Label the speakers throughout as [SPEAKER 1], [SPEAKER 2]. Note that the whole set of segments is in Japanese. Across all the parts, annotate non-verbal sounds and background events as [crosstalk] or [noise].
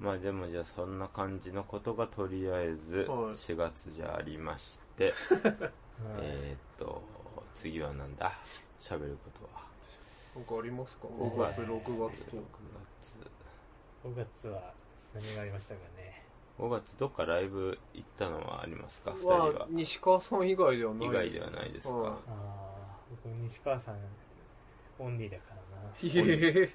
[SPEAKER 1] まあでもじゃあそんな感じのことがとりあえず
[SPEAKER 2] はい
[SPEAKER 1] 4月じゃありまして、
[SPEAKER 3] はい
[SPEAKER 1] えーっと、次はなんだ喋ることは。
[SPEAKER 2] なんかありますか
[SPEAKER 3] 僕
[SPEAKER 2] 5
[SPEAKER 3] は
[SPEAKER 2] 月、6月と
[SPEAKER 1] 6。月。
[SPEAKER 3] 5月は何がありましたかね
[SPEAKER 1] 5月どっかライブ行ったのはありますか2人
[SPEAKER 2] は
[SPEAKER 1] は、。
[SPEAKER 2] 西川さん以外ではない
[SPEAKER 1] 以外ではないです
[SPEAKER 2] は。
[SPEAKER 1] か
[SPEAKER 3] ああ僕西川さんオンリーだからない
[SPEAKER 2] いえ、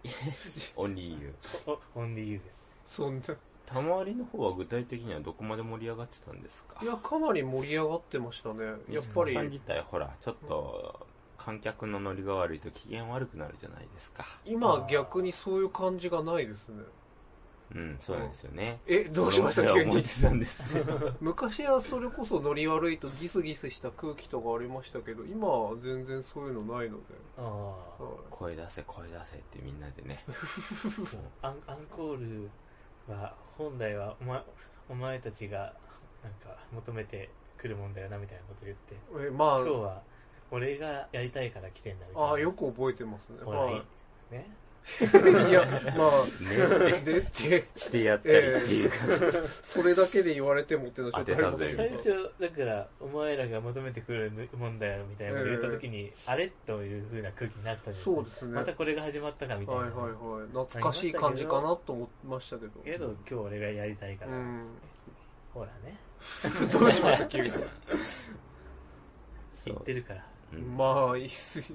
[SPEAKER 1] オンリーユー。
[SPEAKER 2] [laughs]
[SPEAKER 3] おオンリーユーです
[SPEAKER 2] そんな。
[SPEAKER 1] たまわりの方は具体的にはどこまで盛り上がってたんですか
[SPEAKER 2] いや、かなり盛り上がってましたね。やっぱ
[SPEAKER 1] 西野さん
[SPEAKER 2] り、
[SPEAKER 1] 自体ほら、ちょっと、観客のノリが悪いと機嫌悪くなるじゃないですか。
[SPEAKER 2] 今逆にそういう感じがないですね。
[SPEAKER 1] うん、そうなんですよね。
[SPEAKER 2] え、どうしました
[SPEAKER 1] 俺
[SPEAKER 2] 急
[SPEAKER 1] もそれは思っ
[SPEAKER 2] に。
[SPEAKER 1] てたんですよ
[SPEAKER 2] 昔はそれこそノリ悪いとギスギスした空気とかありましたけど、今は全然そういうのないので。
[SPEAKER 3] ああ
[SPEAKER 2] は
[SPEAKER 1] 声出せ、声出せってみんなで
[SPEAKER 2] [laughs]
[SPEAKER 1] ね。
[SPEAKER 3] そうアンアンコールは本来はお,、ま、お前たちがなんか求めてくるもんだよなみたいなこと言って
[SPEAKER 2] いえ、ま
[SPEAKER 3] 今日は俺がやりたいから来てんだみたい
[SPEAKER 2] あ、
[SPEAKER 3] な
[SPEAKER 2] ああ、よく覚えてますね。
[SPEAKER 3] ほら、、
[SPEAKER 2] はい
[SPEAKER 3] ね
[SPEAKER 2] い。いや、まあ、
[SPEAKER 1] ね
[SPEAKER 2] でって、
[SPEAKER 1] してやったりっていう感じ。
[SPEAKER 2] それだけで言われてもっていうのはちょっとあります
[SPEAKER 1] 当てた
[SPEAKER 3] 最
[SPEAKER 1] ぜ
[SPEAKER 2] ね。
[SPEAKER 3] 初だからお前らが求めてくるもんだよみたいなこと言った時に、あれという風な空気になったん
[SPEAKER 2] そうですね。
[SPEAKER 3] ま
[SPEAKER 2] はい
[SPEAKER 3] たこれが始まったかみたいな、
[SPEAKER 2] はいはい。懐かしい感じかなと思いましたけど。
[SPEAKER 3] けど今日俺がやりたいから、
[SPEAKER 2] うん。
[SPEAKER 3] ほらね
[SPEAKER 2] どうしました急に。
[SPEAKER 1] そ
[SPEAKER 3] 言
[SPEAKER 1] う
[SPEAKER 3] ってるから
[SPEAKER 1] うん
[SPEAKER 2] まあ、いいっす。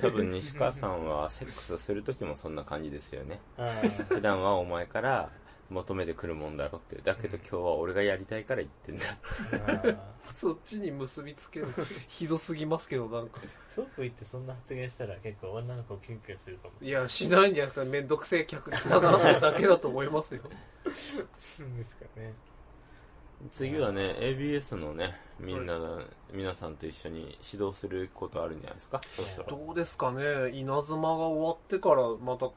[SPEAKER 1] 多分西川さんはセックスする時もそんな感じですよね。
[SPEAKER 3] あー
[SPEAKER 1] 普段はお前から求めてくるもんだろって。だけど今日は俺がやりたいから言ってんだ。
[SPEAKER 3] あー
[SPEAKER 2] そっちに結びつける。ひどすぎますけど、なんか。
[SPEAKER 3] ソープ行ってそんな発言したら結構女の子キュンキュンするかも
[SPEAKER 2] いや、しないんじゃないですか。めんどくせえ客来たなってだけだと思いますよ。
[SPEAKER 3] するんですかね
[SPEAKER 1] 次はね、ABS のね、みんな、皆さんと一緒に指導することあるんじゃないですかそしたら。
[SPEAKER 2] どうですかね。稲妻が終わってからまた違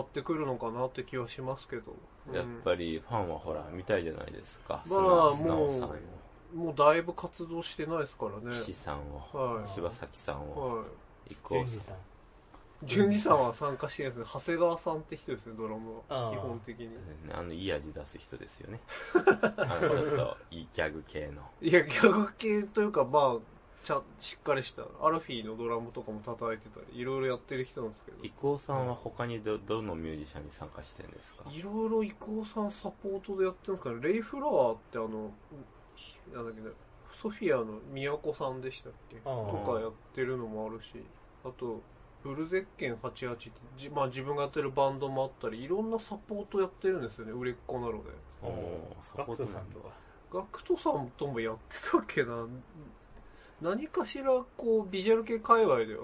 [SPEAKER 2] ってくるのかなって気はしますけど。うん
[SPEAKER 1] やっぱりファンはほら、見たいじゃないですか。
[SPEAKER 2] まあ
[SPEAKER 1] 素直さんを
[SPEAKER 2] も、もうだいぶ活動してないですからね。
[SPEAKER 1] 岸さんを、
[SPEAKER 2] は
[SPEAKER 1] 柴崎さん
[SPEAKER 2] い。
[SPEAKER 1] を、
[SPEAKER 2] は
[SPEAKER 1] 伊
[SPEAKER 3] 純
[SPEAKER 1] 藤
[SPEAKER 3] 次
[SPEAKER 1] さ
[SPEAKER 3] さん
[SPEAKER 2] い。淳二さんは参加してないですね。長谷川さんって人ですね、ドラム
[SPEAKER 3] あ
[SPEAKER 2] は。
[SPEAKER 3] あ
[SPEAKER 2] 基本的に。
[SPEAKER 1] ん、あの、いい味出す人ですよね。 [laughs] あの、ちょっと、いいギャグ系の。
[SPEAKER 2] いや、ギャグ系というか、まあ、ちゃしっかりした。アルフィーのドラムとかも叩いてたり、いろいろやってる人なんですけど。
[SPEAKER 1] 伊藤さんは他にど、どのミュージシャンに参加してるんですか
[SPEAKER 2] いろいろ伊藤さんサポートでやってるんですかね。レイ・フラワーってあの、ひなんだっけね、ソフィアの宮子さんでしたっけ
[SPEAKER 3] あー
[SPEAKER 2] とかやってるのもあるし、あと、ブルゼッケン88って、じまあ自分がやってるバンドもあったり、いろんなサポートやってるんですよね、売れっ子なので。
[SPEAKER 1] おー
[SPEAKER 3] ガクトさん
[SPEAKER 1] なんだ
[SPEAKER 3] とか
[SPEAKER 2] ガクトさんともやってたっけな。何かしら、こう、ビジュアル系界隈では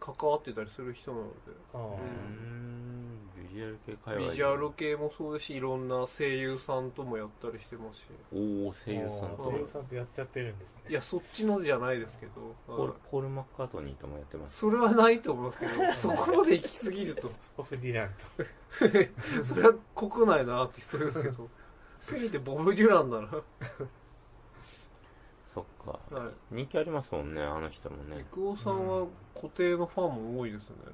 [SPEAKER 2] 関わってたりする人なので。
[SPEAKER 3] あー
[SPEAKER 1] うーん、ビジュアル系界隈。
[SPEAKER 2] ビジュアル系もそうですし、いろんな声優さんともやったりしてますし。
[SPEAKER 1] おお声優さん
[SPEAKER 3] あー
[SPEAKER 1] と
[SPEAKER 3] 声優さんとやっちゃってるんですね
[SPEAKER 2] いや、そっちのじゃないですけど、
[SPEAKER 1] ポー
[SPEAKER 2] は
[SPEAKER 1] ル
[SPEAKER 2] い
[SPEAKER 1] ポール・マッカートニーともやってます
[SPEAKER 2] それはないと思いますけ
[SPEAKER 1] [laughs]
[SPEAKER 2] ど、そこまで行き過ぎると、
[SPEAKER 3] オフディランと
[SPEAKER 2] それは国内のアーティストですけ
[SPEAKER 1] [laughs]
[SPEAKER 2] ど、せめてボブ・デュランなら、
[SPEAKER 1] そっか
[SPEAKER 2] はい。
[SPEAKER 1] 人気ありますもんねあの人もね
[SPEAKER 2] 郁夫さんは固定のファンも多いですね。
[SPEAKER 1] う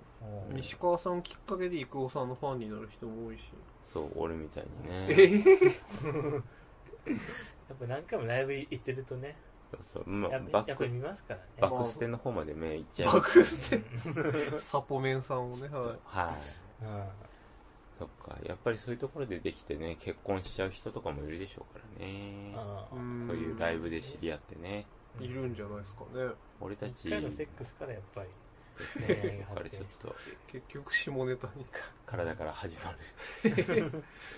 [SPEAKER 1] ん
[SPEAKER 2] 西川さんきっかけで郁夫さんのファンになる人も多いし。
[SPEAKER 1] そう俺みたいにね
[SPEAKER 2] ええ
[SPEAKER 3] やっぱ何回もライブ行ってるとね
[SPEAKER 1] そうそう、ま
[SPEAKER 3] や
[SPEAKER 1] あ
[SPEAKER 3] っ、ぱ
[SPEAKER 1] バ
[SPEAKER 3] や
[SPEAKER 1] ッ
[SPEAKER 3] っぱ
[SPEAKER 1] ク
[SPEAKER 3] り見ますからね
[SPEAKER 1] バックステの方まで目いっちゃいます
[SPEAKER 2] 爆捨て、サポメンさんをね、はい。
[SPEAKER 1] はい
[SPEAKER 3] うん
[SPEAKER 1] そっかやっぱりそういうところでできてね結婚しちゃう人とかもいるでしょうからね
[SPEAKER 3] あー
[SPEAKER 2] ん
[SPEAKER 1] そういうライブで知り合ってね
[SPEAKER 2] いるんじゃないですかね。
[SPEAKER 1] 俺たち
[SPEAKER 3] 一回のセックスからやっぱり恋愛が
[SPEAKER 1] あれ
[SPEAKER 3] 発
[SPEAKER 1] ちょ
[SPEAKER 3] 展
[SPEAKER 1] っ
[SPEAKER 3] して
[SPEAKER 1] と
[SPEAKER 2] 結局下ネタに。
[SPEAKER 1] [laughs] 体から始まる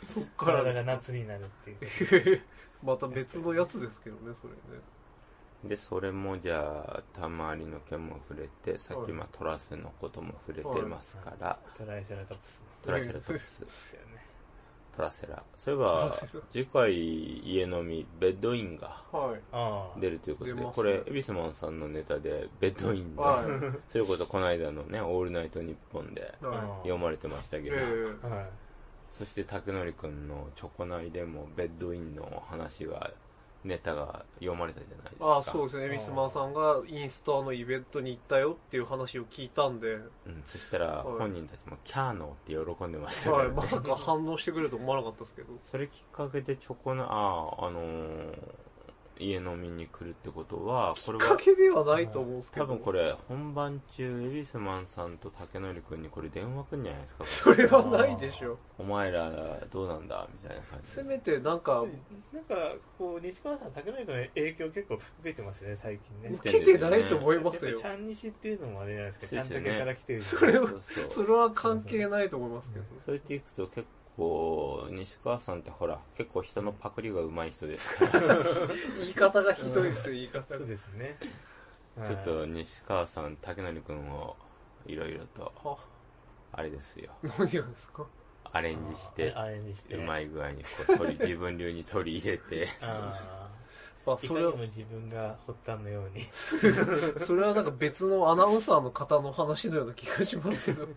[SPEAKER 2] そっから
[SPEAKER 3] 体
[SPEAKER 2] で
[SPEAKER 3] が
[SPEAKER 2] すか
[SPEAKER 3] 夏になるっていう
[SPEAKER 2] [laughs] また別のやつですけどね、それね。
[SPEAKER 1] でそれもじゃあたまわりの件も触れてさっき
[SPEAKER 2] はい
[SPEAKER 1] まあトラセのことも触れてますから
[SPEAKER 3] トライセラトプス
[SPEAKER 1] トラセラトプス
[SPEAKER 3] ですよね
[SPEAKER 1] トラセラそういえば
[SPEAKER 2] トラセラ
[SPEAKER 1] 次回家飲みベッドインが
[SPEAKER 2] はい。
[SPEAKER 3] ああ
[SPEAKER 1] 出るということで
[SPEAKER 2] 出ますね
[SPEAKER 1] これエビスマンさんのネタでベッドインで
[SPEAKER 2] は
[SPEAKER 1] それこそこの間のね「オールナイトニッポン」で
[SPEAKER 2] い。は
[SPEAKER 1] 読まれてました
[SPEAKER 2] い。
[SPEAKER 1] け
[SPEAKER 2] え
[SPEAKER 1] ど
[SPEAKER 2] え
[SPEAKER 3] はい
[SPEAKER 1] そして拓典くんの「チョコナイ」でもベッドインの話がネタが読まれたじゃないですか。
[SPEAKER 2] ああそうですね恵比寿マーさんがインスタのイベントに行ったよっていう話を聞いたんで、
[SPEAKER 1] うん、そしたら
[SPEAKER 2] はい
[SPEAKER 1] 本人たちもキャーノーって喜んでましたか
[SPEAKER 2] は
[SPEAKER 1] ら
[SPEAKER 2] い、
[SPEAKER 1] ね
[SPEAKER 2] まさか反応してくれると思わなかったですけど
[SPEAKER 1] それきっかけでチョコな、ああ、あのー家飲みに来るってことは、これ
[SPEAKER 2] きっか
[SPEAKER 1] は、
[SPEAKER 2] けではないと思うんですけ
[SPEAKER 1] 多
[SPEAKER 2] ど
[SPEAKER 1] 分これ、本番中、エビスマンさんと竹典くんにこれ電話くんじゃないですか。
[SPEAKER 2] それはないでしょ
[SPEAKER 1] お前ら、どうなんだみたいな感じ
[SPEAKER 2] せ
[SPEAKER 1] で。
[SPEAKER 2] めてなんか
[SPEAKER 3] なんか、こう、西川さん、竹内君の影響結構受けてますよね、最近ね。
[SPEAKER 2] 受けてないと思います
[SPEAKER 3] やっ
[SPEAKER 2] よ
[SPEAKER 3] ぱちゃんにしっていうのもあれじゃないですか、ち
[SPEAKER 1] で
[SPEAKER 3] ゃん
[SPEAKER 1] す
[SPEAKER 3] と
[SPEAKER 1] よね
[SPEAKER 3] けから来て
[SPEAKER 2] [laughs]
[SPEAKER 3] る。
[SPEAKER 2] それは
[SPEAKER 1] そうそう
[SPEAKER 2] それは関係ないと思いますけど
[SPEAKER 1] そう言っていくと結構、西川さんってほら、結構人のパクリが上手い人ですから、
[SPEAKER 2] 言い方がひどいですよ言い方
[SPEAKER 3] そ
[SPEAKER 2] が
[SPEAKER 3] うですね。
[SPEAKER 1] ちょっと西川さん、竹典くんを、いろいろと、
[SPEAKER 2] は
[SPEAKER 1] あれですよ、
[SPEAKER 2] 何がですか
[SPEAKER 1] アレンジして、
[SPEAKER 3] アレンジして。
[SPEAKER 1] うま
[SPEAKER 3] い。
[SPEAKER 1] い具合にこう取 [laughs] り、自分流に取り入れて、
[SPEAKER 3] あ
[SPEAKER 2] あ
[SPEAKER 3] あ。い
[SPEAKER 2] そ
[SPEAKER 3] かに
[SPEAKER 2] れは
[SPEAKER 3] も自分が発端の
[SPEAKER 1] [laughs]
[SPEAKER 3] ように。
[SPEAKER 2] それはなんか別のアナウンサーの方の話のような気がしますけど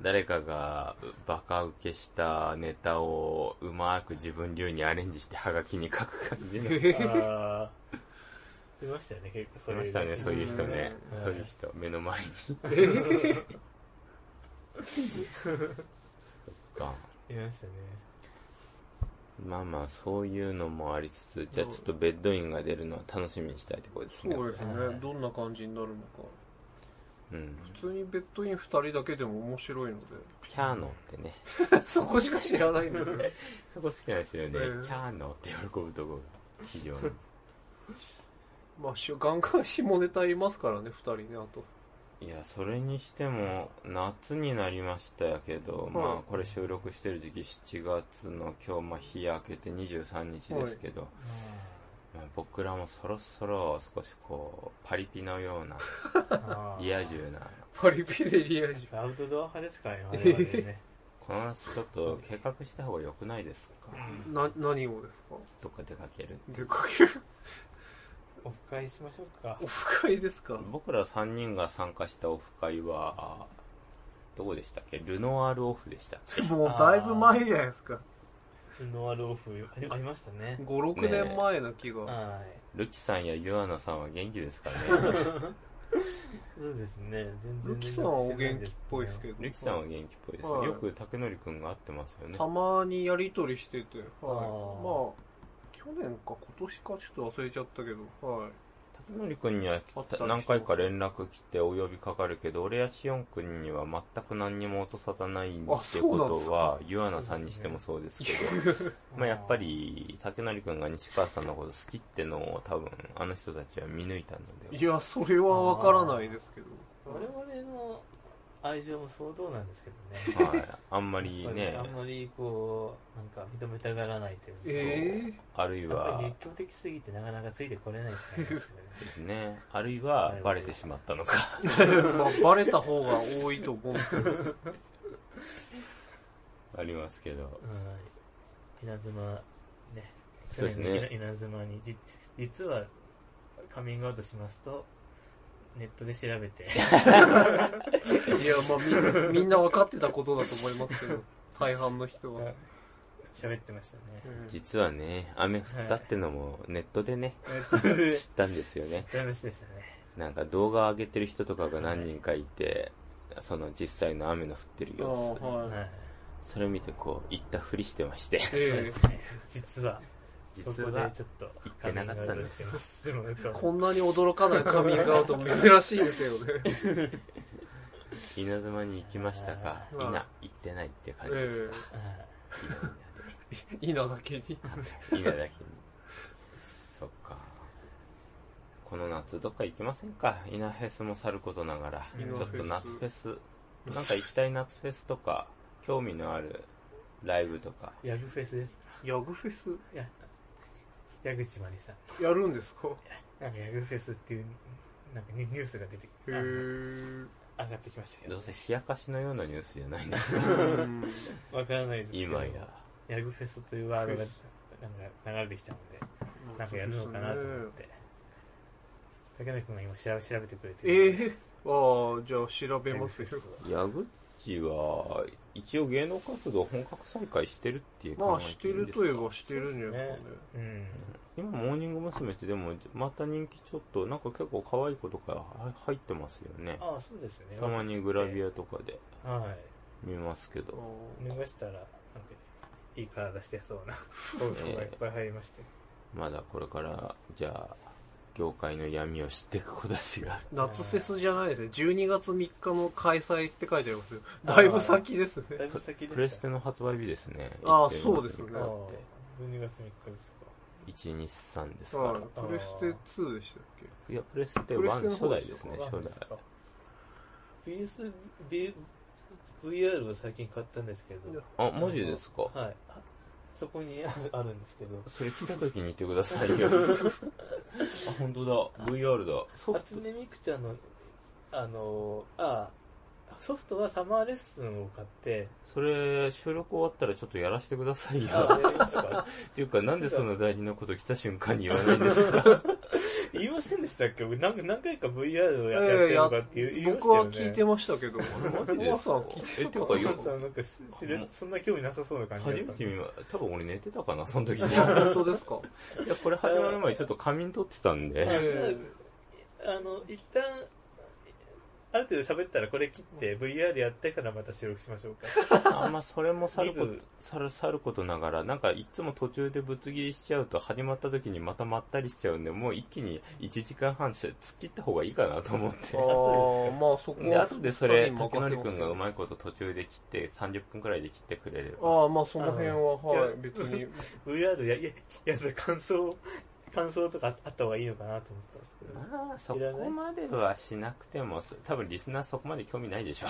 [SPEAKER 1] 誰かがバカ受けしたネタをうまく自分流にアレンジしてハガキに書く感じの。
[SPEAKER 2] [laughs] へへ
[SPEAKER 3] ああ。出ましたよね、結構そ
[SPEAKER 1] い
[SPEAKER 3] れ。
[SPEAKER 1] ましたね、そういう人ね
[SPEAKER 3] う。ん
[SPEAKER 1] そういう人、目の前に。が
[SPEAKER 3] いましたね。
[SPEAKER 1] まあまあ、そういうのもありつつ、じゃあちょっとベッドインが出るのは楽しみにしたいところですね。
[SPEAKER 2] そうですね
[SPEAKER 3] はい
[SPEAKER 2] どんな感じになるのか
[SPEAKER 1] うん。
[SPEAKER 2] 普通にベッドイン2人だけでも面白いの
[SPEAKER 1] キャーノってね。
[SPEAKER 2] で [laughs] そこしか知らないんですよ
[SPEAKER 1] そこ好きなんですよね。キ
[SPEAKER 2] うん
[SPEAKER 1] ャーノって喜ぶとこが非常に。
[SPEAKER 2] [laughs] まあしガンガン下ネタいますからね2人ねあと
[SPEAKER 1] いや、それにしても、夏になりましたやけど、まあ、これ収録してる時期7月の今日、まあ、日明けて23日ですけど、まあ、僕らもそろそろ少しこう、パリピのような、
[SPEAKER 3] あー
[SPEAKER 1] リア充な、
[SPEAKER 2] パリピでリア充
[SPEAKER 3] アウトドア派ですからね、我々ね。
[SPEAKER 1] この夏ちょっと計画した方が良くないですか
[SPEAKER 2] な何をですか
[SPEAKER 1] どっか出かける。
[SPEAKER 2] 出かける
[SPEAKER 3] オフ会しましょうか
[SPEAKER 2] [laughs] オ。フ会ですか
[SPEAKER 1] 僕ら3人が参加したオフ会は、どこでしたっけルノアールオフでしたっけ
[SPEAKER 2] もうだいぶ前じゃないですか
[SPEAKER 3] ノアルオフありありましたね。
[SPEAKER 2] 56年前な気が、
[SPEAKER 3] は
[SPEAKER 1] ルキさんやユアナさんは元気です
[SPEAKER 2] [laughs]
[SPEAKER 1] からね。
[SPEAKER 3] い。そうですね。全然
[SPEAKER 2] ルキさんはお元気っぽいですけ
[SPEAKER 3] ど。
[SPEAKER 2] ど
[SPEAKER 1] ルキさんは元気っぽいです
[SPEAKER 2] は
[SPEAKER 1] ね。
[SPEAKER 2] い
[SPEAKER 1] よく竹典くんが会ってますよね。
[SPEAKER 2] たまにやりとりしてて、はい、
[SPEAKER 3] あー
[SPEAKER 2] まあ去年か今年かちょっと忘れちゃったけど、はい、
[SPEAKER 1] 竹典くんには
[SPEAKER 2] あったりして
[SPEAKER 1] 何回か連絡来てお呼びかかるけど、俺やしおんくんには全く何にも落とさないってこ
[SPEAKER 2] あそうなんです
[SPEAKER 1] とは
[SPEAKER 2] か、
[SPEAKER 1] ユアナさんにしてもそうですけど、まあやっぱり竹典くんが西川さんのこと好きってのを多分あの人たちは見抜いたので
[SPEAKER 2] いやそれはわからないですけど
[SPEAKER 3] 我々の愛情も相当なんですけどね。
[SPEAKER 1] はい、あんまり
[SPEAKER 3] やっぱ
[SPEAKER 1] ね
[SPEAKER 3] あ、んまりこう、なんか認めたがらないというか
[SPEAKER 2] え
[SPEAKER 1] あるい
[SPEAKER 3] やっぱ
[SPEAKER 1] は
[SPEAKER 3] り、熱狂的すぎてなかなかついてこれないって感じですよね。
[SPEAKER 1] ね、あるいはバレてしまったのか。 [laughs]
[SPEAKER 2] えまあバレた方が多いと思うんですけど
[SPEAKER 1] ありますけど。
[SPEAKER 3] はい。稲妻、ね。
[SPEAKER 1] そうですね
[SPEAKER 3] 去年の稲稲妻に、じ実は、カミングアウトしますと、ネットで調べて、
[SPEAKER 2] [laughs]
[SPEAKER 3] [laughs]
[SPEAKER 2] いやまあみんみんな分かってたことだと思いますけど大半の人は、
[SPEAKER 3] 喋ってましたね。
[SPEAKER 1] 実はね、雨降ったってのもネットでね、知
[SPEAKER 3] 知
[SPEAKER 1] ったんですよね。
[SPEAKER 3] った話でしたね。
[SPEAKER 1] なんか動画上げてる人とかが何人かいて、その実際の雨の降ってる
[SPEAKER 2] ああ
[SPEAKER 1] 様子、
[SPEAKER 2] はい、
[SPEAKER 3] はい。
[SPEAKER 1] それ見てこう、行ったふりしてまして、
[SPEAKER 3] そう
[SPEAKER 2] え
[SPEAKER 3] ですね。実は、こ
[SPEAKER 1] [laughs] 実
[SPEAKER 3] こで
[SPEAKER 1] は、
[SPEAKER 3] ちょっと、
[SPEAKER 1] 言ってなかったんです
[SPEAKER 3] カミングアウトしてます。でもなんか
[SPEAKER 2] えこんなに驚かないカミングアウトも珍しいですよね
[SPEAKER 1] 稲妻に行きましたかい
[SPEAKER 2] うん
[SPEAKER 1] な、行ってないって感じです
[SPEAKER 2] え
[SPEAKER 1] か。
[SPEAKER 3] はい
[SPEAKER 2] えいいなだけに
[SPEAKER 1] 稲だけに。そっか。この夏どっか行きませんか稲フェスもさることながら。
[SPEAKER 3] 稲
[SPEAKER 1] ち
[SPEAKER 3] フ
[SPEAKER 1] ょ
[SPEAKER 3] ェ
[SPEAKER 1] っ
[SPEAKER 3] ス
[SPEAKER 1] と夏フェス。なんか行きたい夏フェスとか、興味のあるライブとか。
[SPEAKER 3] ヤグフェスです。
[SPEAKER 2] ヤグフェス
[SPEAKER 3] いや、矢口まりさん。
[SPEAKER 2] やるんですか
[SPEAKER 3] なんかヤグフェスっていう、なんかニュニュースが出て
[SPEAKER 2] へ
[SPEAKER 3] きて、
[SPEAKER 2] え
[SPEAKER 3] あ上がってきましたけ
[SPEAKER 1] ど
[SPEAKER 3] ど
[SPEAKER 1] う、せ冷やかしのようなニュースじゃないんですよ
[SPEAKER 2] うん
[SPEAKER 3] わからないですけど。
[SPEAKER 1] 今や。
[SPEAKER 3] ヤグフェスというワードがなんか流れてきたので、なんかやるのかなと思って。竹野君が今調べ調べてくれて
[SPEAKER 2] え
[SPEAKER 3] る。
[SPEAKER 2] えああじゃあ調べ
[SPEAKER 3] ヤグ
[SPEAKER 2] ます
[SPEAKER 3] フェ
[SPEAKER 2] よ
[SPEAKER 3] スを
[SPEAKER 1] ヤグっチは、一応芸能活動本格再開してるっていう
[SPEAKER 2] ま
[SPEAKER 1] 考
[SPEAKER 2] あ
[SPEAKER 1] え
[SPEAKER 2] してて
[SPEAKER 1] いいん
[SPEAKER 2] る
[SPEAKER 1] ですか
[SPEAKER 2] といえばしてるんじゃないですかね
[SPEAKER 3] うん。
[SPEAKER 1] 今、モーニング娘。ってでも、また人気ちょっと、なんか結構可愛い子とかは入ってますよね。
[SPEAKER 3] ああ、そうですね。
[SPEAKER 1] たまにグラビ
[SPEAKER 3] ア。
[SPEAKER 1] アとかで
[SPEAKER 3] は
[SPEAKER 1] 見ますけ
[SPEAKER 2] あ
[SPEAKER 1] ど。
[SPEAKER 3] い。脱がしたら、なんか、いい体してそうなお服がいっぱい入りまして。
[SPEAKER 1] まだこれから、じゃあ、業界の闇を知っていく子たちが。
[SPEAKER 2] ー夏フェスじゃないですね12月3日の開催って書いてありますよだいぶ先です
[SPEAKER 3] だい
[SPEAKER 2] ね
[SPEAKER 3] ぶ先で
[SPEAKER 1] プレ
[SPEAKER 3] し
[SPEAKER 1] ス
[SPEAKER 3] た
[SPEAKER 1] テ。の発売日ですね。
[SPEAKER 2] ああ
[SPEAKER 1] 1.2
[SPEAKER 2] そうですよね
[SPEAKER 3] ああ
[SPEAKER 1] だっ、
[SPEAKER 3] 12月3日ですか。
[SPEAKER 1] て123ですから。
[SPEAKER 2] はいプレステ2でしたっけ
[SPEAKER 1] いや、プレステ
[SPEAKER 2] プレステ
[SPEAKER 1] 1
[SPEAKER 2] の
[SPEAKER 1] 初
[SPEAKER 2] 方
[SPEAKER 1] 代
[SPEAKER 2] です
[SPEAKER 1] で
[SPEAKER 2] よ
[SPEAKER 1] すね、
[SPEAKER 3] そうなん
[SPEAKER 1] 初
[SPEAKER 3] で
[SPEAKER 1] 代
[SPEAKER 3] す。か PS、V、VR を最近買ったんですけど。
[SPEAKER 1] あ、マジですか
[SPEAKER 3] はい。あそこにあるあるんですけど。
[SPEAKER 1] それ来た時に言ってください
[SPEAKER 2] [laughs]
[SPEAKER 1] よ。あ、本当だ。VR だ。ソフ
[SPEAKER 3] 初音ミクちゃんの、あの、ああ、ソフトはサマーレッスンを買って、
[SPEAKER 1] それ、収録終わったらちょっとやらせてください
[SPEAKER 3] あ
[SPEAKER 1] よ。
[SPEAKER 3] あ、やりましたか
[SPEAKER 1] っていうか、なんでそんな大事なこと来た瞬間に言わないんですか
[SPEAKER 3] 言いませんでしたっけ僕何何回か VR をや,、
[SPEAKER 2] ええ
[SPEAKER 3] やってるとかっていう言いましたよね。
[SPEAKER 2] 僕は聞いてましたけど、
[SPEAKER 1] マジです
[SPEAKER 2] さん
[SPEAKER 1] か
[SPEAKER 2] 聞い
[SPEAKER 1] え、っていうか、
[SPEAKER 3] よ
[SPEAKER 1] よ
[SPEAKER 3] く。なんか知れそんな興味なさそうな感じだっ
[SPEAKER 1] 初
[SPEAKER 3] たん
[SPEAKER 1] め
[SPEAKER 3] で
[SPEAKER 1] て見ま、多分俺寝てたかな、その
[SPEAKER 2] [laughs]
[SPEAKER 1] 時に。い
[SPEAKER 2] てあ本当ですか
[SPEAKER 1] や、これ始まる前にちょっと仮眠取ってたんで。
[SPEAKER 2] え
[SPEAKER 3] あの、一旦、ある程度喋ったらこれ切って、VR やってからまた収録しましょうか。
[SPEAKER 1] あんまあそれもさるこ
[SPEAKER 3] リブ
[SPEAKER 1] と、さる、さることながら、なんかいつも途中でぶつ切りしちゃうと始まった時にまたまったりしちゃうんで、もう一気に1時間半して突っ切った方がいいかなと思っ
[SPEAKER 2] え
[SPEAKER 1] て [laughs]
[SPEAKER 2] あ。あ、まあそこ
[SPEAKER 1] で、
[SPEAKER 2] は。
[SPEAKER 1] 後でそれ、
[SPEAKER 2] 二人に任せ
[SPEAKER 1] 竹
[SPEAKER 2] ます
[SPEAKER 1] 則
[SPEAKER 2] け
[SPEAKER 1] く
[SPEAKER 2] ど
[SPEAKER 1] んがうまいこと途中で切って、30分くらいで切ってくれれば。
[SPEAKER 2] ああ、まあその辺は、はい
[SPEAKER 3] や、
[SPEAKER 2] 別に。
[SPEAKER 3] VR や、いや、いや、それ感想、感想とかあった方がいいのかなと思ったんです
[SPEAKER 1] [laughs]
[SPEAKER 3] けど。
[SPEAKER 1] まあ、そ
[SPEAKER 3] いらな
[SPEAKER 1] こ
[SPEAKER 3] い
[SPEAKER 1] まではしなくても、多分リスナー [laughs] そこまで興味ないでしょ。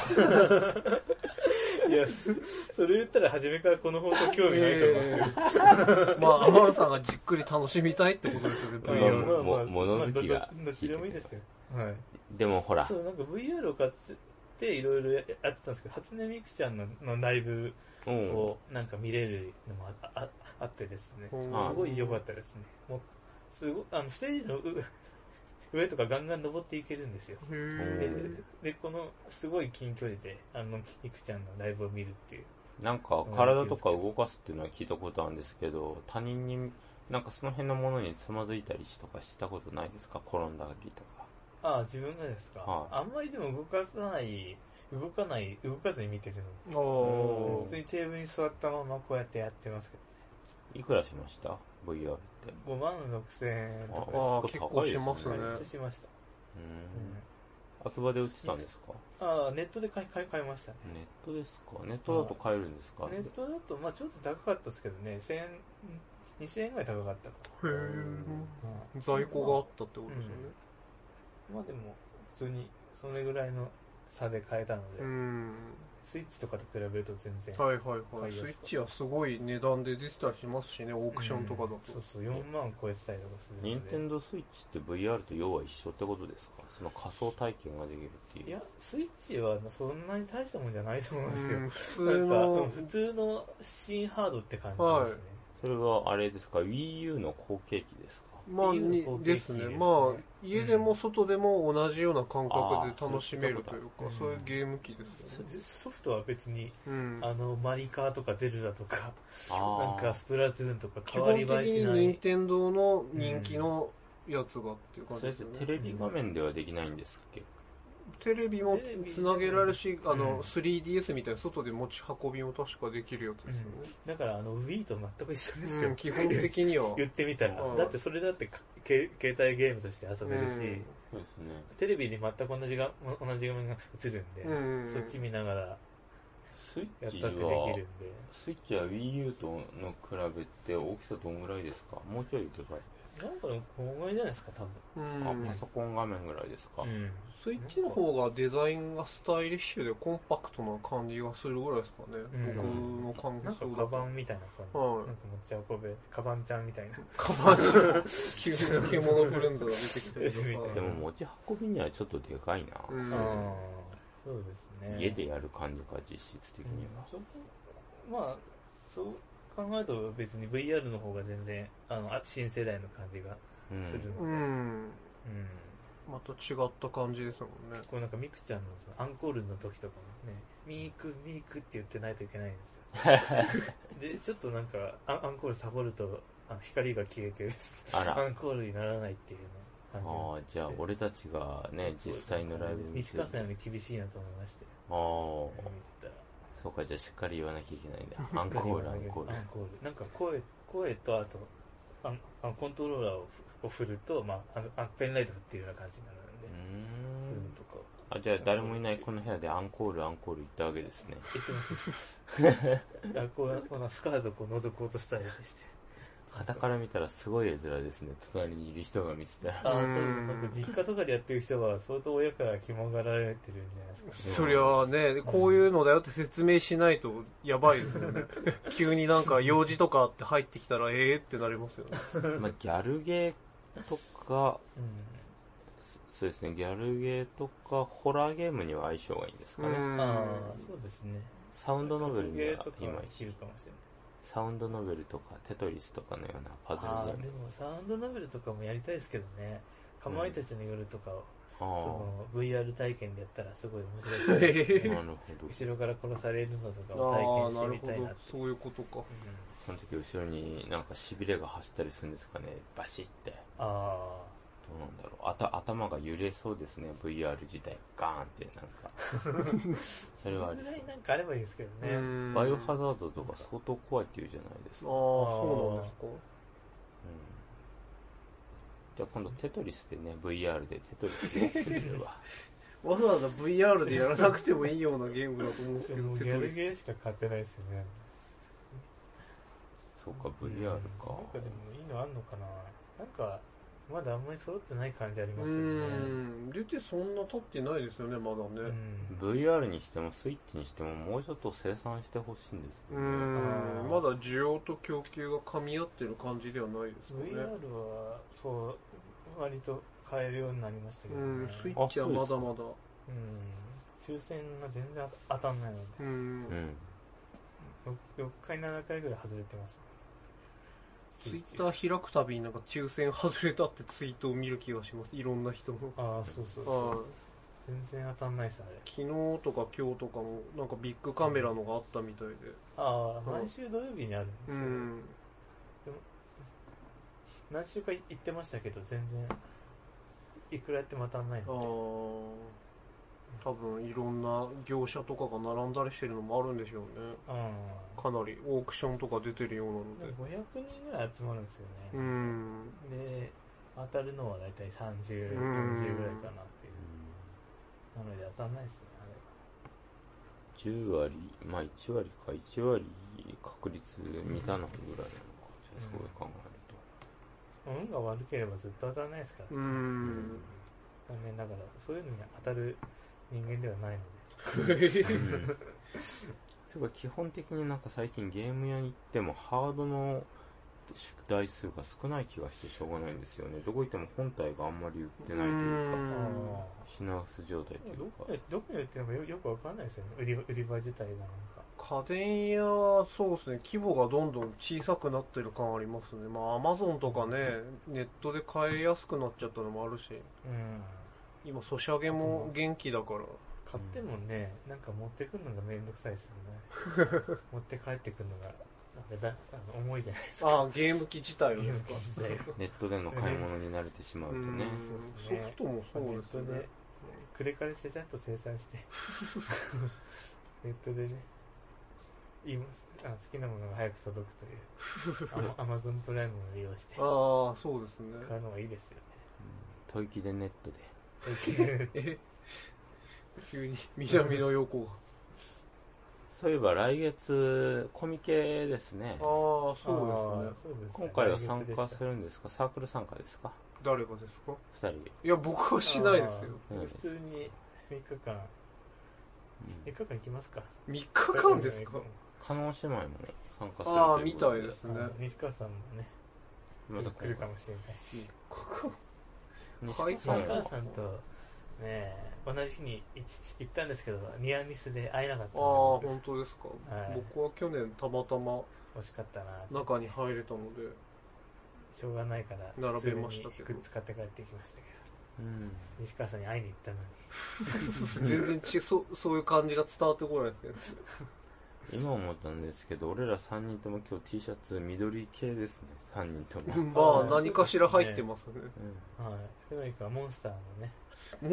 [SPEAKER 3] いや、そそれ言ったら初めからこの放送興味ないと思うんですけ
[SPEAKER 2] [laughs]
[SPEAKER 3] ど。
[SPEAKER 2] まあ、天野さんがじっくり楽しみたいってことですよね、
[SPEAKER 1] え
[SPEAKER 2] VR
[SPEAKER 1] まあまあも
[SPEAKER 2] を
[SPEAKER 1] 物好きが
[SPEAKER 3] まあどどどっちでもいいですよ。はい。
[SPEAKER 1] でもほら
[SPEAKER 3] そ、う、なんか VR を買って、いろいろやってたんですけど、初音ミクちゃんののライブ
[SPEAKER 1] うん。
[SPEAKER 3] をなんか見れるのもあああってですね、
[SPEAKER 2] うん
[SPEAKER 3] すごい良かったですね。もうすごあのステージのう [laughs] 上とかガンガン登っていけるんですよ。
[SPEAKER 2] へ
[SPEAKER 3] で
[SPEAKER 1] う
[SPEAKER 2] ー
[SPEAKER 1] ん、
[SPEAKER 3] でこのすごい近距離で、あの、ミクちゃんのライブを見るっていう。
[SPEAKER 1] なんか体とか動かすっていうのは聞いたことあるんですけど、他人に、なんかその辺のものにつまずいたりとかしたことないですか転んだりとか。
[SPEAKER 3] ああ、自分がですか、
[SPEAKER 1] はい
[SPEAKER 3] あんまりでも動かさない、動かない、動かずに見てるので
[SPEAKER 2] あー
[SPEAKER 3] 普通にテーブルに座ったままこうやってやってますけ
[SPEAKER 1] いくらしました ?VR って。
[SPEAKER 3] ど、5万6千円と
[SPEAKER 2] あ
[SPEAKER 3] か
[SPEAKER 2] ー結構します
[SPEAKER 3] で
[SPEAKER 2] ね
[SPEAKER 3] す。めっちゃしました。
[SPEAKER 1] う
[SPEAKER 3] うん
[SPEAKER 1] ん。秋葉で売ってたんですか
[SPEAKER 3] ああ、ネットで買い買い買いましたね。
[SPEAKER 1] ネットですかネットだと買えるんですか
[SPEAKER 3] ネットだと、まあちょっと高かったですけどね、1000円、2000円ぐらい高かったか
[SPEAKER 2] へ
[SPEAKER 3] ら。
[SPEAKER 2] ー在庫があったってことですよね。
[SPEAKER 3] まあでも、普通に、それぐらいの差で買えたので、
[SPEAKER 2] うん。
[SPEAKER 3] スイッチとかと比べると全然。
[SPEAKER 2] はいはいは
[SPEAKER 3] 買
[SPEAKER 2] い。
[SPEAKER 3] い
[SPEAKER 2] ス
[SPEAKER 3] やすか
[SPEAKER 2] イッチはすごい値段で出てたりしますしね、オークションとかだと。
[SPEAKER 3] そうそう、4万超えてたりとかする
[SPEAKER 1] 任
[SPEAKER 3] ので。
[SPEAKER 1] 天堂スイッチって VR と要は一緒ってことですかその仮想体験ができるっていう。
[SPEAKER 3] いや、スイッチはそんなに大したもんじゃないと思うんですよ。
[SPEAKER 2] うん普通
[SPEAKER 3] なん
[SPEAKER 2] の
[SPEAKER 3] か、普通の新ハードって感じ
[SPEAKER 2] はい
[SPEAKER 3] ですね。
[SPEAKER 1] それはあれですか ?Wii U の後継機ですか
[SPEAKER 2] まあ、
[SPEAKER 3] っていう
[SPEAKER 2] に
[SPEAKER 3] のが
[SPEAKER 2] ですね。
[SPEAKER 3] 大きいですね
[SPEAKER 2] まあ、家でも外でも同じような感覚
[SPEAKER 1] あ
[SPEAKER 2] で
[SPEAKER 1] ー
[SPEAKER 2] 楽しめるというか、
[SPEAKER 3] そ
[SPEAKER 2] そうう
[SPEAKER 3] い
[SPEAKER 2] いうう
[SPEAKER 3] ことだ
[SPEAKER 2] ゲーム機ですよね。
[SPEAKER 3] ソソフトは別に、
[SPEAKER 2] うん。
[SPEAKER 3] あの、マリカーとかゼルダとか、 [laughs] な
[SPEAKER 1] あ
[SPEAKER 3] ん
[SPEAKER 1] あ。
[SPEAKER 3] かスプラトゥーンとか
[SPEAKER 2] 基
[SPEAKER 3] 変わ
[SPEAKER 2] 本
[SPEAKER 3] り映
[SPEAKER 2] 的
[SPEAKER 3] えし
[SPEAKER 2] に
[SPEAKER 3] な
[SPEAKER 2] 任
[SPEAKER 3] い。
[SPEAKER 2] 天堂の人気のやつがっていう感
[SPEAKER 1] そ
[SPEAKER 2] じ
[SPEAKER 1] れって
[SPEAKER 2] ですよ
[SPEAKER 1] テレ
[SPEAKER 2] ね。
[SPEAKER 1] ビ画面ではできないんですっけ
[SPEAKER 2] テレビも
[SPEAKER 3] テレビ
[SPEAKER 2] つなげられるし、あ
[SPEAKER 3] うん
[SPEAKER 2] の、3DS みたいな外で持ち運びも確かできるやつですよね。
[SPEAKER 3] だから、あの、Wii と全く一緒です
[SPEAKER 2] う
[SPEAKER 3] よ
[SPEAKER 2] ん、。基本的には。
[SPEAKER 3] 言ってみたら
[SPEAKER 2] う。ん
[SPEAKER 3] だってそれだってかけ携帯ゲームとして遊べるし、
[SPEAKER 1] そうですね。
[SPEAKER 3] テレビに全く同じが、同じ画面が映るんで、
[SPEAKER 2] うん。うん
[SPEAKER 3] そっち見ながら
[SPEAKER 1] スイ
[SPEAKER 3] や
[SPEAKER 1] ッ
[SPEAKER 3] っ
[SPEAKER 1] チ
[SPEAKER 3] たってでき
[SPEAKER 1] は
[SPEAKER 3] るんで。
[SPEAKER 1] スイッチは Wii U との比べて大きさどんぐらいですかもうちょいでかい。
[SPEAKER 3] なんかでもこのぐらいじゃないですか、多
[SPEAKER 2] う
[SPEAKER 1] あ、
[SPEAKER 2] ん
[SPEAKER 1] パソコン画面ぐらいですか
[SPEAKER 3] 分。。うん。
[SPEAKER 2] スイッチの方がデザインがスタイリッシュでコンパクトな感じがするぐらいですかね。
[SPEAKER 3] うん
[SPEAKER 2] 僕の感
[SPEAKER 3] なんか
[SPEAKER 2] 想
[SPEAKER 3] カ
[SPEAKER 2] だ
[SPEAKER 3] バ
[SPEAKER 2] と。
[SPEAKER 3] ンみたいな感じ。
[SPEAKER 2] はい
[SPEAKER 3] なんか持ち運べ、カバンちゃんみたいな。
[SPEAKER 2] カバン中、 [laughs] 急に獣ブレンドが出てきた [laughs] りとか。
[SPEAKER 1] でも持ち運びにはちょっとでかいな。
[SPEAKER 2] うん
[SPEAKER 3] あーそうですね。
[SPEAKER 1] 家でやる感じか、実質的には。
[SPEAKER 3] そこまあそう考えると別に VR の方が全然あのあ新世代の感じが
[SPEAKER 1] うん
[SPEAKER 3] するので、
[SPEAKER 2] う
[SPEAKER 3] うん
[SPEAKER 2] ん。また違った感じですもんね。
[SPEAKER 3] こうなんかミクちゃんのそのアンコールの時とかもねミークミークって言ってないといけないんですよ
[SPEAKER 1] [laughs]
[SPEAKER 3] でちょっとなんかアアンコールサボるとあの光が消えて
[SPEAKER 1] あら
[SPEAKER 3] アンコールにならないっていう感じに
[SPEAKER 1] ああ
[SPEAKER 3] なっち
[SPEAKER 1] じゃ
[SPEAKER 3] っ
[SPEAKER 1] あ
[SPEAKER 3] て
[SPEAKER 1] 俺たちがね実際のライブ見
[SPEAKER 3] 西
[SPEAKER 1] てあ
[SPEAKER 3] 川さんより厳しいなと思いまして
[SPEAKER 1] あー
[SPEAKER 3] 見てたら
[SPEAKER 1] そうかじゃあしっかり言わなきゃいけないんだアンコールアンコール
[SPEAKER 3] なんか声声とあとああコントローラーをふを振ると、まあ、あのペンライト振ってるような感じになるん
[SPEAKER 1] う
[SPEAKER 3] で、そういうの
[SPEAKER 1] ん
[SPEAKER 3] とかを
[SPEAKER 1] あじゃあ誰もいないこの部屋でアンコールアンコール言ったわけですね
[SPEAKER 3] 言って
[SPEAKER 1] [laughs]
[SPEAKER 3] ますあこうこのスカートをこう覗こうとしたりして
[SPEAKER 1] 肌から見たらすごい絵面ですね隣にいる人が見てたら
[SPEAKER 3] ああと
[SPEAKER 2] うーん
[SPEAKER 3] なんか実家とかでやってる人は相当親から肝がられてるんじゃないですか
[SPEAKER 2] そりゃあね、こういうのだよって説明しないとやばいですよね。急になんか用事とかあって入ってきたら、ええってなりますよね。
[SPEAKER 1] まあギャルゲーとか
[SPEAKER 3] う
[SPEAKER 1] そそうですねギャルゲーとかホラーゲームには相性がいいんですかね、
[SPEAKER 3] んああそうですね
[SPEAKER 1] サウンドノベルに
[SPEAKER 3] ゲー
[SPEAKER 1] は
[SPEAKER 3] とか
[SPEAKER 1] い
[SPEAKER 3] い
[SPEAKER 1] まい
[SPEAKER 3] け
[SPEAKER 1] ち
[SPEAKER 3] るかもしれない
[SPEAKER 1] サウンドノベルとかテトリスとかのようなパズル
[SPEAKER 3] ああ
[SPEAKER 1] ゲーム
[SPEAKER 3] でもサウンドノベルとかもやりたいですけどねかまいたちの夜とかを、
[SPEAKER 1] あ
[SPEAKER 3] そ
[SPEAKER 1] あ
[SPEAKER 3] の VR 体験でやったらすごい面白いですね
[SPEAKER 2] ええ
[SPEAKER 1] なるほど
[SPEAKER 3] 後ろから殺されるのとかを
[SPEAKER 2] ああ、
[SPEAKER 3] 体
[SPEAKER 2] な
[SPEAKER 3] 験
[SPEAKER 2] る
[SPEAKER 3] して
[SPEAKER 2] ほ
[SPEAKER 3] みたいな
[SPEAKER 2] ど。そういうことか。
[SPEAKER 3] うん
[SPEAKER 1] その時後ろになんかしびれが走ったりするんですかねバシってど
[SPEAKER 3] あ
[SPEAKER 1] うなんだろうあた頭が揺れそうですね VR 自体ガーンってなんか
[SPEAKER 3] [laughs]
[SPEAKER 1] それ
[SPEAKER 3] あ
[SPEAKER 1] はあ
[SPEAKER 3] そ
[SPEAKER 1] り
[SPEAKER 3] れぐ
[SPEAKER 1] そう
[SPEAKER 3] らいなんかあればいいですけどね、
[SPEAKER 2] うん
[SPEAKER 1] バイオハザードとか相当怖いって言うじゃないですか、
[SPEAKER 2] ああ、
[SPEAKER 1] うん、
[SPEAKER 2] そうなんですか。
[SPEAKER 1] じゃあ今度テトリスでね VR でテトリスやってみる [laughs] わ
[SPEAKER 2] わざわざ VR でやらなくてもいいようなゲームだと思うんですけ
[SPEAKER 3] でも
[SPEAKER 2] ど、
[SPEAKER 3] ギ
[SPEAKER 2] テ
[SPEAKER 3] ャ
[SPEAKER 2] ト
[SPEAKER 3] ル
[SPEAKER 2] リス。
[SPEAKER 3] ゲーしか買ってないですよね
[SPEAKER 1] そうか VR
[SPEAKER 3] うん
[SPEAKER 1] か
[SPEAKER 3] なんかでもいいのあんのかななんかまだあんまり揃ってない感じありま
[SPEAKER 2] う
[SPEAKER 3] すよね
[SPEAKER 2] ん。出てそんな経ってないですよね、ま
[SPEAKER 3] う
[SPEAKER 2] だね。
[SPEAKER 3] ん
[SPEAKER 1] VR にしてもスイッチにしてももうちょっと生産してほしいんです
[SPEAKER 2] う
[SPEAKER 1] よ
[SPEAKER 2] ー
[SPEAKER 1] ね
[SPEAKER 2] んまだ需要と供給が噛み合ってる感じではないですか
[SPEAKER 3] VR
[SPEAKER 2] ね。
[SPEAKER 3] はそう割と買えるようになりましたけ
[SPEAKER 2] う
[SPEAKER 3] どねうん
[SPEAKER 2] ん、スイッチはまだまだ。
[SPEAKER 3] 抽選が全然当たんないので
[SPEAKER 2] うん
[SPEAKER 1] う。ん
[SPEAKER 3] 6, 回7回ぐらい外れてます
[SPEAKER 2] ツイッター開くたびになんか抽選外れたってツイートを見る気がします。いろんな人の。
[SPEAKER 3] ああそうそうそう
[SPEAKER 2] はい
[SPEAKER 3] 全然当たんないですあれ
[SPEAKER 2] 昨日とか今日とかもなんかビッグカメラのがあったみたいで。
[SPEAKER 3] ああ
[SPEAKER 2] うん
[SPEAKER 3] 毎週土曜日にあるんで
[SPEAKER 2] う
[SPEAKER 3] すよ、
[SPEAKER 2] ん。
[SPEAKER 3] 何週か行ってましたけど全然いくらやっても当たんない
[SPEAKER 2] ああ
[SPEAKER 3] の。
[SPEAKER 2] 多分いろんな業者とかが並んだりしてるのもあるんでしょうね。
[SPEAKER 3] うん
[SPEAKER 2] かなりオークションとか出てるようなので。
[SPEAKER 3] 500人ぐらい集まるんですよ
[SPEAKER 2] う
[SPEAKER 3] ね、
[SPEAKER 2] ん。
[SPEAKER 3] で当たるのは大体
[SPEAKER 2] う
[SPEAKER 3] 3040ぐらいかなっていう、なので当たんないですねあれ
[SPEAKER 1] 10割まあ1割か1割確率満たないぐらいなのかじゃあそう考えると
[SPEAKER 3] 運が悪ければずっと当たらないですから、
[SPEAKER 1] う
[SPEAKER 2] う。
[SPEAKER 1] ん
[SPEAKER 3] 残念ながらそういうのに当たる人間ではないので
[SPEAKER 1] うんてか基本的になんか最近ゲーム屋に行ってもハードの宿題数が少ない気がしてしょうがないんですよねどこ行っても本体があんまり売ってないというか
[SPEAKER 2] うん
[SPEAKER 3] ああ
[SPEAKER 1] 品薄状態とい
[SPEAKER 3] ど
[SPEAKER 1] う
[SPEAKER 3] こ
[SPEAKER 1] か
[SPEAKER 3] にどこに売ってるのかよよくわかんないですよね売り場売り場自体がなんか
[SPEAKER 2] 家電屋はそうですね規模がどんどん小さくなってる感ありますねまあアマゾンとかねネットで買いやすくなっちゃったのもあるし
[SPEAKER 3] うん
[SPEAKER 2] 今ソシャゲも元気だから
[SPEAKER 3] 買ってもね、なんか持ってくるのがめんどくさいですよ
[SPEAKER 2] [laughs]
[SPEAKER 3] ね持って帰ってくるのがなんかだあの重いじゃないですか
[SPEAKER 2] ああゲーム機自体を
[SPEAKER 3] ゲー
[SPEAKER 2] で
[SPEAKER 3] ム
[SPEAKER 2] す [laughs]
[SPEAKER 3] 機
[SPEAKER 2] か
[SPEAKER 3] 自体が
[SPEAKER 1] ネットでの買い物に慣れてしまうと
[SPEAKER 2] うん
[SPEAKER 1] ね
[SPEAKER 2] ソフトもそう
[SPEAKER 3] ネッ
[SPEAKER 2] です
[SPEAKER 3] ト
[SPEAKER 2] ね
[SPEAKER 3] でクレカでちゃちゃっと生産して
[SPEAKER 2] [laughs]
[SPEAKER 3] ネットでね今あ好きなものが早く届くとい
[SPEAKER 2] [laughs]
[SPEAKER 3] うアマゾンプライムを利用して
[SPEAKER 2] あ
[SPEAKER 3] 買
[SPEAKER 2] あそうですね
[SPEAKER 3] [laughs] うのがいいですよね
[SPEAKER 1] 吐息でネットで
[SPEAKER 2] え急に南の横が
[SPEAKER 1] そういえば来月コミケですね
[SPEAKER 2] ああそう
[SPEAKER 3] あ
[SPEAKER 2] です
[SPEAKER 3] ー
[SPEAKER 2] ね
[SPEAKER 3] そうですね
[SPEAKER 1] 今回は参加す
[SPEAKER 3] る
[SPEAKER 1] るんですかサークル参加ですか
[SPEAKER 2] 誰がですか
[SPEAKER 1] 2人
[SPEAKER 2] いや僕はしないですよ
[SPEAKER 1] うん
[SPEAKER 3] 普通に3日間3日間行きますか
[SPEAKER 2] 3日間ですか
[SPEAKER 1] 加納姉妹もね参加する
[SPEAKER 2] ああ
[SPEAKER 1] という
[SPEAKER 2] み
[SPEAKER 1] こと
[SPEAKER 2] たいですね
[SPEAKER 3] あの西川さんもね
[SPEAKER 1] また
[SPEAKER 3] 来るかもしれないし
[SPEAKER 1] 西
[SPEAKER 2] は
[SPEAKER 1] 川
[SPEAKER 2] い
[SPEAKER 3] 西
[SPEAKER 1] さんは
[SPEAKER 3] 川さんとねえ同じ日に行行ったんですけどニアミスで会えなかっ
[SPEAKER 2] あ
[SPEAKER 3] た
[SPEAKER 2] あ
[SPEAKER 3] ので
[SPEAKER 2] 本当ですか、
[SPEAKER 3] はい
[SPEAKER 2] 僕は去年たまたま
[SPEAKER 3] 惜しかったなと
[SPEAKER 2] 中に入れたので
[SPEAKER 3] しょうがないから
[SPEAKER 2] 並べましたけど
[SPEAKER 3] 普通にグッズ買って帰ってきましたけど
[SPEAKER 1] うん
[SPEAKER 3] 西川さんに会いに行ったのに
[SPEAKER 2] 全然ちそそういう感じが伝わってこないですけど
[SPEAKER 1] 今思ったんですけど俺ら3人とも今日 T シャツ緑系ですね3人とも、うん
[SPEAKER 2] まあ何かしら入ってますね
[SPEAKER 3] はいフェノイクはモンスターのね、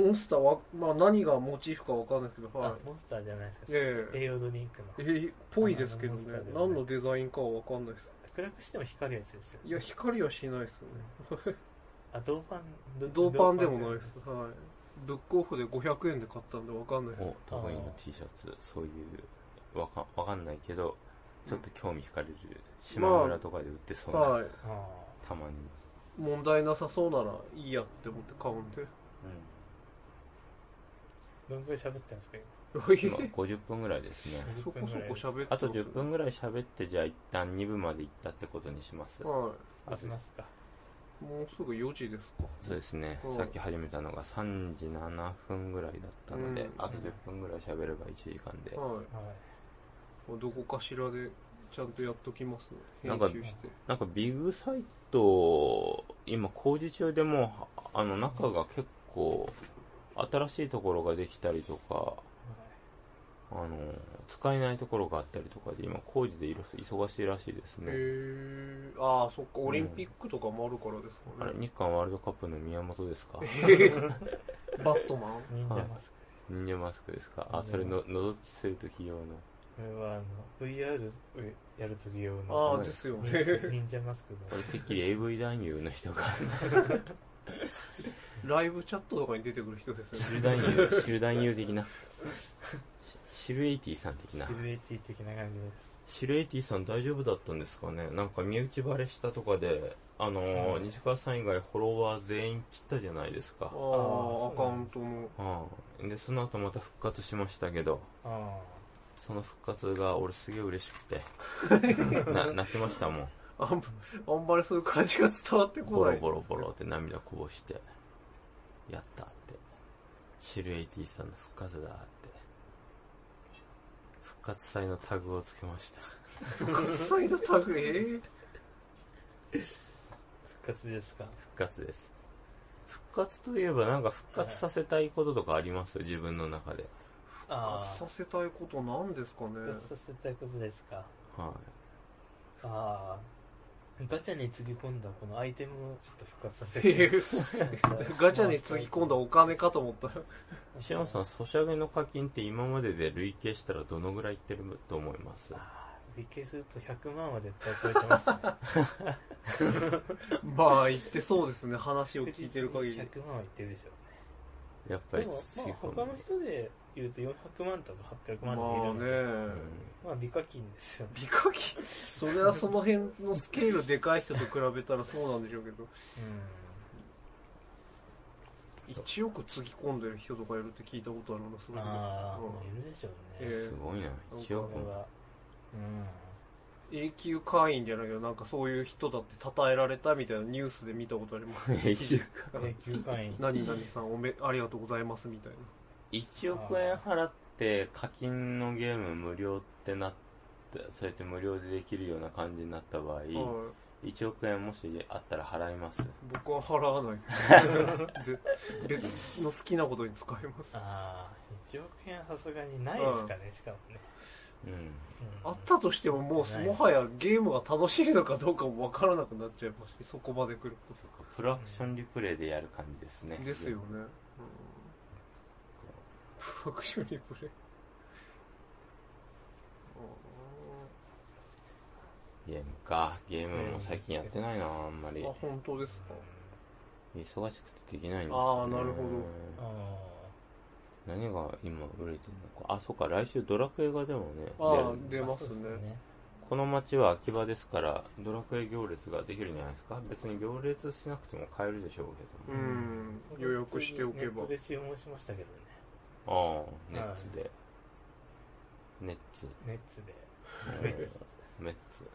[SPEAKER 2] モンスターは、まあ、何がモチーフかわかんないですけどはい
[SPEAKER 3] あモンスターじゃないですか、
[SPEAKER 2] ええ
[SPEAKER 3] 栄養ドリンクの
[SPEAKER 2] えぽいですけどね
[SPEAKER 3] あのモンスターだよね
[SPEAKER 2] 何のデザインかはわかんないです
[SPEAKER 3] 暗くしても光るやつですよ
[SPEAKER 2] いや光はしないですよね
[SPEAKER 3] あ銅板
[SPEAKER 2] 銅
[SPEAKER 3] ど
[SPEAKER 2] パンでもないですはいブックオフで500円で買ったんでわかんないです
[SPEAKER 1] お高いの T シャツそういうわかわかんないけどちょっと興味惹かれる島村とかで売ってそうな、
[SPEAKER 2] はい
[SPEAKER 3] あ
[SPEAKER 1] たまに、
[SPEAKER 2] 問題なさそうならいいやって思って買うんで
[SPEAKER 3] ーどんくらい喋ったんですか
[SPEAKER 1] 今50分ぐらいですね
[SPEAKER 2] [laughs]
[SPEAKER 3] 今
[SPEAKER 2] そこそこ
[SPEAKER 3] っ
[SPEAKER 2] 喋ってます
[SPEAKER 1] あと10分ぐらい喋ってじゃあ一旦2部まで行ったってことにします
[SPEAKER 2] は
[SPEAKER 3] あしますか
[SPEAKER 2] いもうすぐ4時ですか
[SPEAKER 1] そうですね
[SPEAKER 2] うん
[SPEAKER 1] さっき始めたのが3時7分ぐらいだったので、
[SPEAKER 2] うん
[SPEAKER 1] あと10分ぐらい喋れば1時間で、
[SPEAKER 2] は
[SPEAKER 3] はい
[SPEAKER 2] いどこかしらでちゃんとやっときますね
[SPEAKER 1] なん
[SPEAKER 2] 編
[SPEAKER 1] か
[SPEAKER 2] 集して
[SPEAKER 1] なんかビッグサイト今工事中でもうあの中が結構新しいところができたりとかあの使えないところがあったりとかで今工事でいろ忙しいらしいです
[SPEAKER 2] へ
[SPEAKER 1] ね、
[SPEAKER 2] えああそっかオリンピックとかもあるからです
[SPEAKER 1] あ
[SPEAKER 2] か
[SPEAKER 1] れ
[SPEAKER 2] ね
[SPEAKER 1] 日韓ワールドカップの宮本です [laughs] か
[SPEAKER 2] [laughs] バットマン
[SPEAKER 3] 忍者マス
[SPEAKER 1] 忍者マスクですかあ
[SPEAKER 3] 忍
[SPEAKER 1] そ
[SPEAKER 3] 者
[SPEAKER 1] れ
[SPEAKER 3] マ
[SPEAKER 1] の
[SPEAKER 3] ス
[SPEAKER 1] のどっちするとき用の
[SPEAKER 3] ク、これはあの VR やるとき用の
[SPEAKER 2] あ
[SPEAKER 1] は
[SPEAKER 2] あ
[SPEAKER 1] い
[SPEAKER 2] ですよね
[SPEAKER 3] 忍忍者マスク
[SPEAKER 2] [laughs]
[SPEAKER 1] こ
[SPEAKER 3] の
[SPEAKER 1] れてっきり AV 男優の人が
[SPEAKER 2] ライブチャットとかに出てくる人です
[SPEAKER 1] [laughs]
[SPEAKER 2] よ
[SPEAKER 1] 知
[SPEAKER 2] ね
[SPEAKER 1] る男優知る男優的な [laughs] しシルエイティさん的な
[SPEAKER 3] シルエティ的な感じです
[SPEAKER 1] シルエイティさん大丈夫だったんですかねなんか身内バレしたとかであのー、
[SPEAKER 3] うん
[SPEAKER 1] 西川さん以外フォロワー全員切ったじゃないですか
[SPEAKER 2] ああア
[SPEAKER 3] そう
[SPEAKER 2] カ
[SPEAKER 3] な
[SPEAKER 2] ウ
[SPEAKER 3] ん
[SPEAKER 2] ントの
[SPEAKER 1] うんでその後また復活しましたけど
[SPEAKER 3] あ
[SPEAKER 1] その復活が俺すげえ嬉しくてな泣きましたもん
[SPEAKER 2] あんあんまりそういう感じが伝わって
[SPEAKER 1] ボ
[SPEAKER 2] こな
[SPEAKER 1] ロ
[SPEAKER 2] い [laughs]
[SPEAKER 1] ボロボロって涙こぼして、やったって。シルエイティさんの復活だって。復活祭のタグをつけました。
[SPEAKER 2] 国際のタグええ
[SPEAKER 3] あ復活ですか
[SPEAKER 1] 復活です。復活といえばなんか復活させたいこととかあります自分の中で。
[SPEAKER 3] ああ
[SPEAKER 2] 復活させたいことなんですかね
[SPEAKER 3] 復活させたいことですか
[SPEAKER 1] は
[SPEAKER 3] ああガチャにつぎ込んだこのアイテムをちょっと復活させ
[SPEAKER 2] ってい
[SPEAKER 3] て
[SPEAKER 2] う [laughs] ガチャにつぎ込んだお金かと思ったら
[SPEAKER 1] い。シオンさん、ソシャゲの課金って今までで累計したらどのぐらいいってると思います
[SPEAKER 3] あー累計すると100万は絶対超えて
[SPEAKER 2] [laughs]
[SPEAKER 3] ますね
[SPEAKER 2] まあ言ってそうですね話を聞いてる限り
[SPEAKER 3] 100万はいってるでしょ
[SPEAKER 1] やっぱ
[SPEAKER 3] うね
[SPEAKER 1] り
[SPEAKER 3] でも
[SPEAKER 1] つ
[SPEAKER 3] ま
[SPEAKER 1] ぎ
[SPEAKER 3] あ
[SPEAKER 1] 込んで
[SPEAKER 3] 他の人で言うと400万とか800
[SPEAKER 2] まあ
[SPEAKER 3] 万でいるので、
[SPEAKER 1] う
[SPEAKER 2] ね
[SPEAKER 1] ん
[SPEAKER 3] まあ美課金ですよね、
[SPEAKER 2] 美化機それはその辺のスケールでかい人と比べたらそうなんでしょうけど1億つぎ込んでる人とかいるって聞いたことあるのすごい
[SPEAKER 3] ああ、
[SPEAKER 2] う
[SPEAKER 3] いるでしょう
[SPEAKER 2] え
[SPEAKER 3] ね、
[SPEAKER 1] すごいな。1億
[SPEAKER 3] これ
[SPEAKER 1] も。
[SPEAKER 3] はうん
[SPEAKER 2] ん永久会員じゃないけどなんかそういう人だって称えられたみたいなニュースで見たことあります
[SPEAKER 1] 永久
[SPEAKER 3] 永久会員
[SPEAKER 2] 何々さんおめありがとうございますみたいな
[SPEAKER 1] 1億円払って課金のゲーム無料ってなってそうやって無料でできるような感じになった場合、
[SPEAKER 2] はい
[SPEAKER 1] 1億円もしあったら払います
[SPEAKER 2] 僕は払わない [laughs] ですぜ別の好きなことに使います
[SPEAKER 3] ああ1億円はさすがにないですかね、しかもね、
[SPEAKER 1] うん
[SPEAKER 3] うん
[SPEAKER 2] あったとしてももう
[SPEAKER 3] ない
[SPEAKER 2] もはやゲームが楽しいのかどうかもわからなくなっちゃいますしそこまで来ると
[SPEAKER 1] プロアクションリプレイでやる感じですね
[SPEAKER 2] ですよね、うん、プロアクションリプレイ
[SPEAKER 1] ゲームかゲームも最近やってないなあんま
[SPEAKER 2] あ
[SPEAKER 1] り
[SPEAKER 2] ーあ本当ですか
[SPEAKER 1] 忙しくてできないんですよ、ね、
[SPEAKER 2] あーなるほど
[SPEAKER 3] あ
[SPEAKER 1] 何が今売れてるのかあそっか来週ドラクエがでもね
[SPEAKER 2] あー
[SPEAKER 1] 出
[SPEAKER 2] 出
[SPEAKER 1] る
[SPEAKER 3] ー
[SPEAKER 2] ます
[SPEAKER 3] そうです
[SPEAKER 2] ね
[SPEAKER 3] ね
[SPEAKER 1] この街は秋葉ですからドラクエ行列ができるんじゃないですか別に行列しなくても買えるでしょうけ
[SPEAKER 2] う
[SPEAKER 1] ども、
[SPEAKER 2] ん予約しておけ
[SPEAKER 3] ネッ
[SPEAKER 2] ば
[SPEAKER 3] トで注文しましたけどね
[SPEAKER 1] ああネッツで、ネッツ
[SPEAKER 3] ネッツで
[SPEAKER 1] メ
[SPEAKER 3] メ
[SPEAKER 1] ッ
[SPEAKER 3] ッ
[SPEAKER 1] ツ
[SPEAKER 3] ツ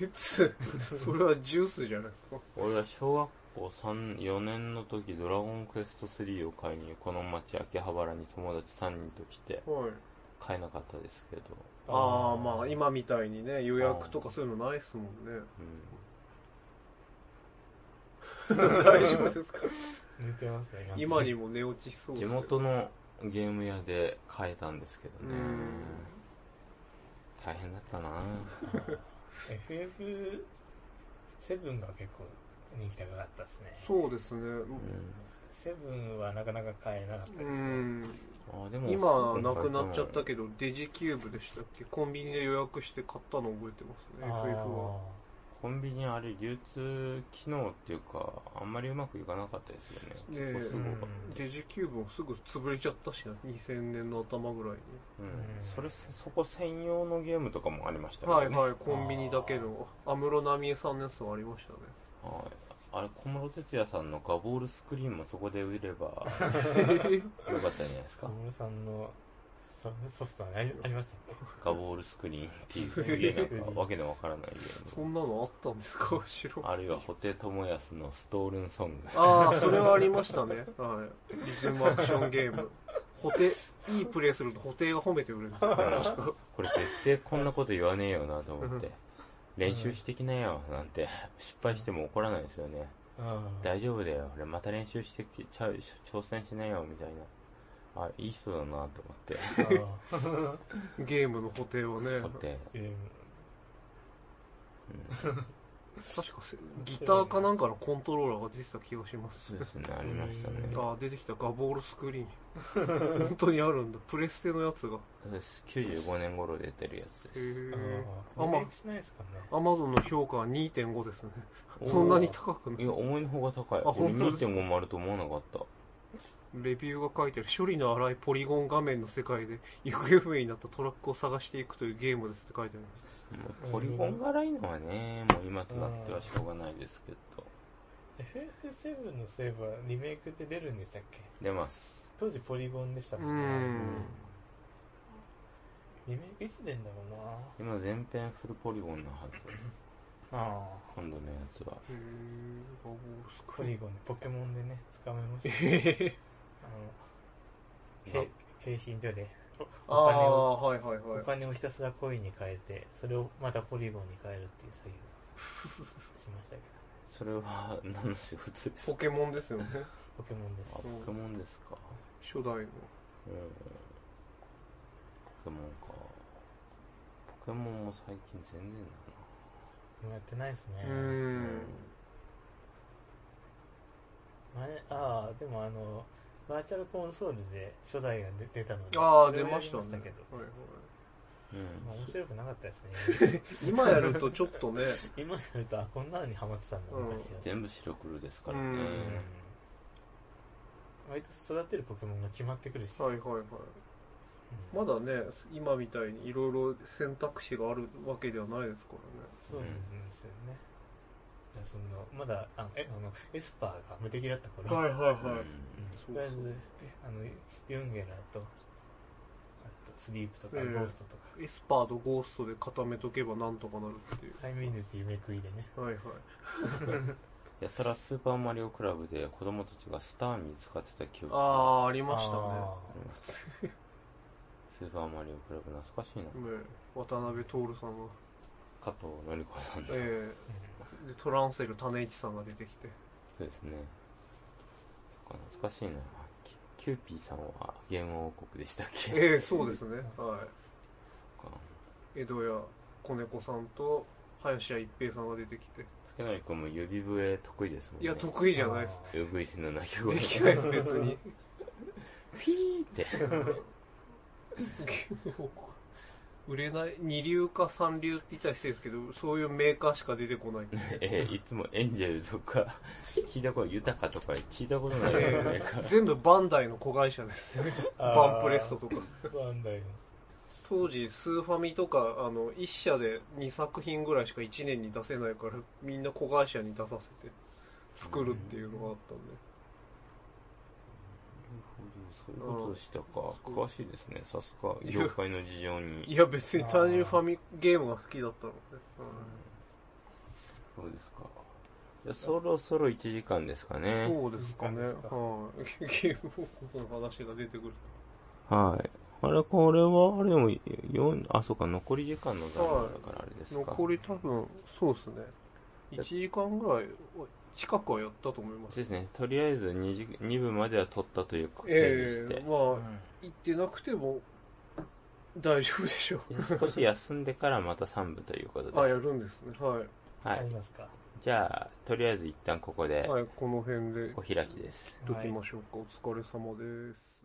[SPEAKER 2] 別 [laughs] それはジュースじゃないですか
[SPEAKER 1] 俺は小学校3 4年の時ドラゴンクエスト3を買いにこの町秋葉原に友達3人と来て
[SPEAKER 2] はい
[SPEAKER 1] 買えなかったですけど、
[SPEAKER 2] ああまあ今みたいにね予約とかそういうのないですもん [laughs] ね
[SPEAKER 1] うん、
[SPEAKER 2] 大丈夫ですか
[SPEAKER 3] 寝てますね。
[SPEAKER 2] 今
[SPEAKER 3] [laughs]
[SPEAKER 2] にも寝落ちしそう
[SPEAKER 1] 地元のゲーム屋で買えたんですけどね
[SPEAKER 2] うん
[SPEAKER 1] 大変だったな
[SPEAKER 3] FF7 が結構人気高かったですね。
[SPEAKER 2] そうですね
[SPEAKER 1] う
[SPEAKER 3] 7はなかなか買えなかった
[SPEAKER 2] う
[SPEAKER 3] ですね。
[SPEAKER 2] ん
[SPEAKER 1] んあでも
[SPEAKER 2] 今なくなっちゃった
[SPEAKER 1] け
[SPEAKER 2] けどデジキューブでしたっけコンビニで予約して買ったの覚えてますね
[SPEAKER 3] あー
[SPEAKER 2] FF は
[SPEAKER 1] コンビニあれ流通機能っていうかあんまりうまくいかなかったですよね
[SPEAKER 2] ねえ
[SPEAKER 1] 結構すごかっ
[SPEAKER 2] デジキューブもすぐ潰れちゃったしな2000年の頭ぐらいに
[SPEAKER 1] た、うんそれそこ専用のゲームとかもありました
[SPEAKER 2] は
[SPEAKER 1] よ
[SPEAKER 2] い
[SPEAKER 1] ね、
[SPEAKER 2] はいコンビニだけの安室奈美恵さんのやつもありましたね
[SPEAKER 1] はいあれ小室哲哉さんのガボールスクリーンもそこで売ればよかったんじゃないです
[SPEAKER 3] 小
[SPEAKER 1] か
[SPEAKER 3] 室さんのソソフトはありありましたっけ
[SPEAKER 1] ガボールスクリーンっていうすげえなんかわけのわからないゲー
[SPEAKER 2] そ
[SPEAKER 1] ム
[SPEAKER 2] んなのあったんですか知らん
[SPEAKER 1] あるいは布袋寅泰のストールンソング
[SPEAKER 2] ああ、それはありましたね。はい。リズムアクションゲーム。補定、いいプレイすると補定が褒めてくれるんですよ。確か。
[SPEAKER 1] これ絶対こんなこと言わねえよなと思って練習してきなよなんて失敗しても怒らないですよね
[SPEAKER 3] うん
[SPEAKER 1] 大丈夫だよ俺また練習してきちゃう挑戦しなよみたいなあいい人だなと思って
[SPEAKER 3] あー
[SPEAKER 2] ゲームの補定をね
[SPEAKER 1] 思。って、
[SPEAKER 3] ゲーム
[SPEAKER 1] うん、
[SPEAKER 2] 確かせ、ギターかなんかのコントローラーが出てた気がします。
[SPEAKER 1] そうですねありましたね
[SPEAKER 2] ああ、出てきたガボールスクリーン。本当にあるんだ。プレステのやつが。
[SPEAKER 1] そうです95年頃出てるやつ
[SPEAKER 2] へ
[SPEAKER 1] です
[SPEAKER 2] え。
[SPEAKER 3] あー
[SPEAKER 2] あまあ
[SPEAKER 3] リメイクしないですかね
[SPEAKER 2] アマゾンの評価は2.5ですね。
[SPEAKER 1] おー
[SPEAKER 2] そんなに高くない
[SPEAKER 1] いや思いの方が高い
[SPEAKER 2] あ
[SPEAKER 1] 俺
[SPEAKER 2] 本当ですか
[SPEAKER 1] 2.5もあると思わなかった
[SPEAKER 2] レビューが書いてある処理の荒いポリゴン画面の世界で行方不明になったトラックを探していくというゲームですって書いてあります。
[SPEAKER 1] もうポリゴンが荒いのはねもう今となってはしょうがないですけど
[SPEAKER 3] FF7 のセーブはリメイクって出るんでしたっけ
[SPEAKER 1] 出ます
[SPEAKER 3] 当時ポリゴンでした
[SPEAKER 2] う
[SPEAKER 3] もんね
[SPEAKER 2] ん。
[SPEAKER 3] リメイクいつ出んだろう
[SPEAKER 1] 今全編フルポリゴンのはず
[SPEAKER 3] なあ
[SPEAKER 1] 今度のやつは
[SPEAKER 2] へーバボース
[SPEAKER 3] ー
[SPEAKER 2] ク
[SPEAKER 3] ポ
[SPEAKER 2] リー
[SPEAKER 3] リ
[SPEAKER 2] ン
[SPEAKER 3] ゴンポケモンでね捕まえました
[SPEAKER 2] え
[SPEAKER 3] あのけ景品所で
[SPEAKER 2] ああー、はいはい
[SPEAKER 3] お
[SPEAKER 2] はい。
[SPEAKER 3] 金をひたすらコインに変えてそれをまたポリゴンに変えるっていう作業をしま
[SPEAKER 2] [laughs]
[SPEAKER 3] したけど
[SPEAKER 1] それは何の仕事ですか
[SPEAKER 2] ポケモンですよね。
[SPEAKER 3] ポケモンです
[SPEAKER 1] あポケモンですか
[SPEAKER 2] 初代の。
[SPEAKER 1] うんポケモンかポケモンも最近全然
[SPEAKER 3] もうやってないですね
[SPEAKER 2] うーん。
[SPEAKER 3] 前ああでもあのバーチャルコンソールで初代が出出たので
[SPEAKER 2] ああ、
[SPEAKER 3] それ
[SPEAKER 2] 出
[SPEAKER 3] をや
[SPEAKER 2] ま
[SPEAKER 3] り
[SPEAKER 2] したね。
[SPEAKER 3] けど、
[SPEAKER 2] はいはい
[SPEAKER 1] だな
[SPEAKER 3] まあ、
[SPEAKER 1] うん
[SPEAKER 3] 面白くなかった
[SPEAKER 2] [laughs]
[SPEAKER 3] ですね
[SPEAKER 2] 今やるとちょっとね、
[SPEAKER 3] 今やるとあこんなのにハマってたんだ
[SPEAKER 2] うん
[SPEAKER 3] 昔は、
[SPEAKER 1] 全部白黒ですから
[SPEAKER 2] う
[SPEAKER 1] ね
[SPEAKER 3] うん
[SPEAKER 2] ん
[SPEAKER 3] 割と育てるポケモンが決まってくるし、
[SPEAKER 2] はいはいはい。
[SPEAKER 3] うん
[SPEAKER 2] まだね、今みたいにいろいろ選択肢があるわけではないですか
[SPEAKER 3] そうなんですよね、だからそのまだあのえあのエスパーが無敵だった頃、
[SPEAKER 2] らね。はいはい
[SPEAKER 1] うん
[SPEAKER 3] とりあえずえあのユンゲラとあとスリープとかゴ
[SPEAKER 2] うん
[SPEAKER 3] ーストとか、
[SPEAKER 2] エスパーとゴーストで固めとけばなんとかなるっていう。
[SPEAKER 3] 催眠術夢食いでね
[SPEAKER 2] はいはい。
[SPEAKER 1] やたらスーパーマリオクラブで子供たちがスターミー使ってた記憶
[SPEAKER 2] ああ、ありましたね。
[SPEAKER 3] あ
[SPEAKER 1] スーパーマリオクラブ懐かしいな
[SPEAKER 2] ね渡辺徹さんが。
[SPEAKER 1] 加藤典子さんです、
[SPEAKER 2] え
[SPEAKER 3] ーうん
[SPEAKER 2] えで、トランセル種市さんが出てきて。
[SPEAKER 1] そうですねそっか懐かしいなキキューピーさんはゲーム王国でしたっけ
[SPEAKER 2] ええそうです [laughs] ね。は
[SPEAKER 1] そっか
[SPEAKER 2] い。江戸屋小猫さんと、林家一平さんが出てきて。
[SPEAKER 1] 竹成君も指笛得意ですもんね
[SPEAKER 2] いや、得意じゃないです。
[SPEAKER 1] うぐいすの鳴き声
[SPEAKER 2] できないです、別に。
[SPEAKER 1] フィーって
[SPEAKER 2] [laughs] 売れない、二流か三流って言ったら失礼ですけど、そういうメーカーしか出て
[SPEAKER 1] [laughs]
[SPEAKER 2] こない。
[SPEAKER 1] えーいつもエンジェルとか [laughs] 聞いたこと豊かとか聞いたことないよね
[SPEAKER 2] 全部バンダイの子会社ですよ。バンプレストとか。
[SPEAKER 3] バンダイの
[SPEAKER 2] 当時、スーファミとか、あの、一社で2作品ぐらいしか1年に出せないから、みんな子会社に出させて、作るっていうのがあったんで。
[SPEAKER 1] そういうことでしたか詳しいですねさすが業界の事情
[SPEAKER 2] い
[SPEAKER 1] に
[SPEAKER 2] や別に単純にファミゲームが好きだったのね、
[SPEAKER 1] そうですかいやそろそろ1時間ですかね
[SPEAKER 2] そうですかね
[SPEAKER 3] そう
[SPEAKER 2] は
[SPEAKER 3] で
[SPEAKER 2] い
[SPEAKER 3] すか
[SPEAKER 2] ゲーム王国の話が出てくる
[SPEAKER 1] はい。あれ、これは、あれでも、4、あ、そうか、残り時間の残念だからあれですか。
[SPEAKER 2] 残り多分そうですね1時間ぐらい近くはやったと思います
[SPEAKER 1] ですね。とりあえず 2, 2部までは取ったという確定で
[SPEAKER 2] え
[SPEAKER 1] し
[SPEAKER 2] え
[SPEAKER 1] て、
[SPEAKER 2] まあ行ってなくても大丈夫でしょ
[SPEAKER 1] で少し休んでからまた3部ということ
[SPEAKER 2] うあ
[SPEAKER 1] で。
[SPEAKER 2] やるんですねは
[SPEAKER 1] は
[SPEAKER 3] あり
[SPEAKER 1] い。
[SPEAKER 3] ますか。
[SPEAKER 1] じゃあ、とりあえず一旦ここ
[SPEAKER 2] い、
[SPEAKER 1] で
[SPEAKER 2] はい、この辺で
[SPEAKER 1] お開きです。
[SPEAKER 2] どきましょうか、お疲れ様です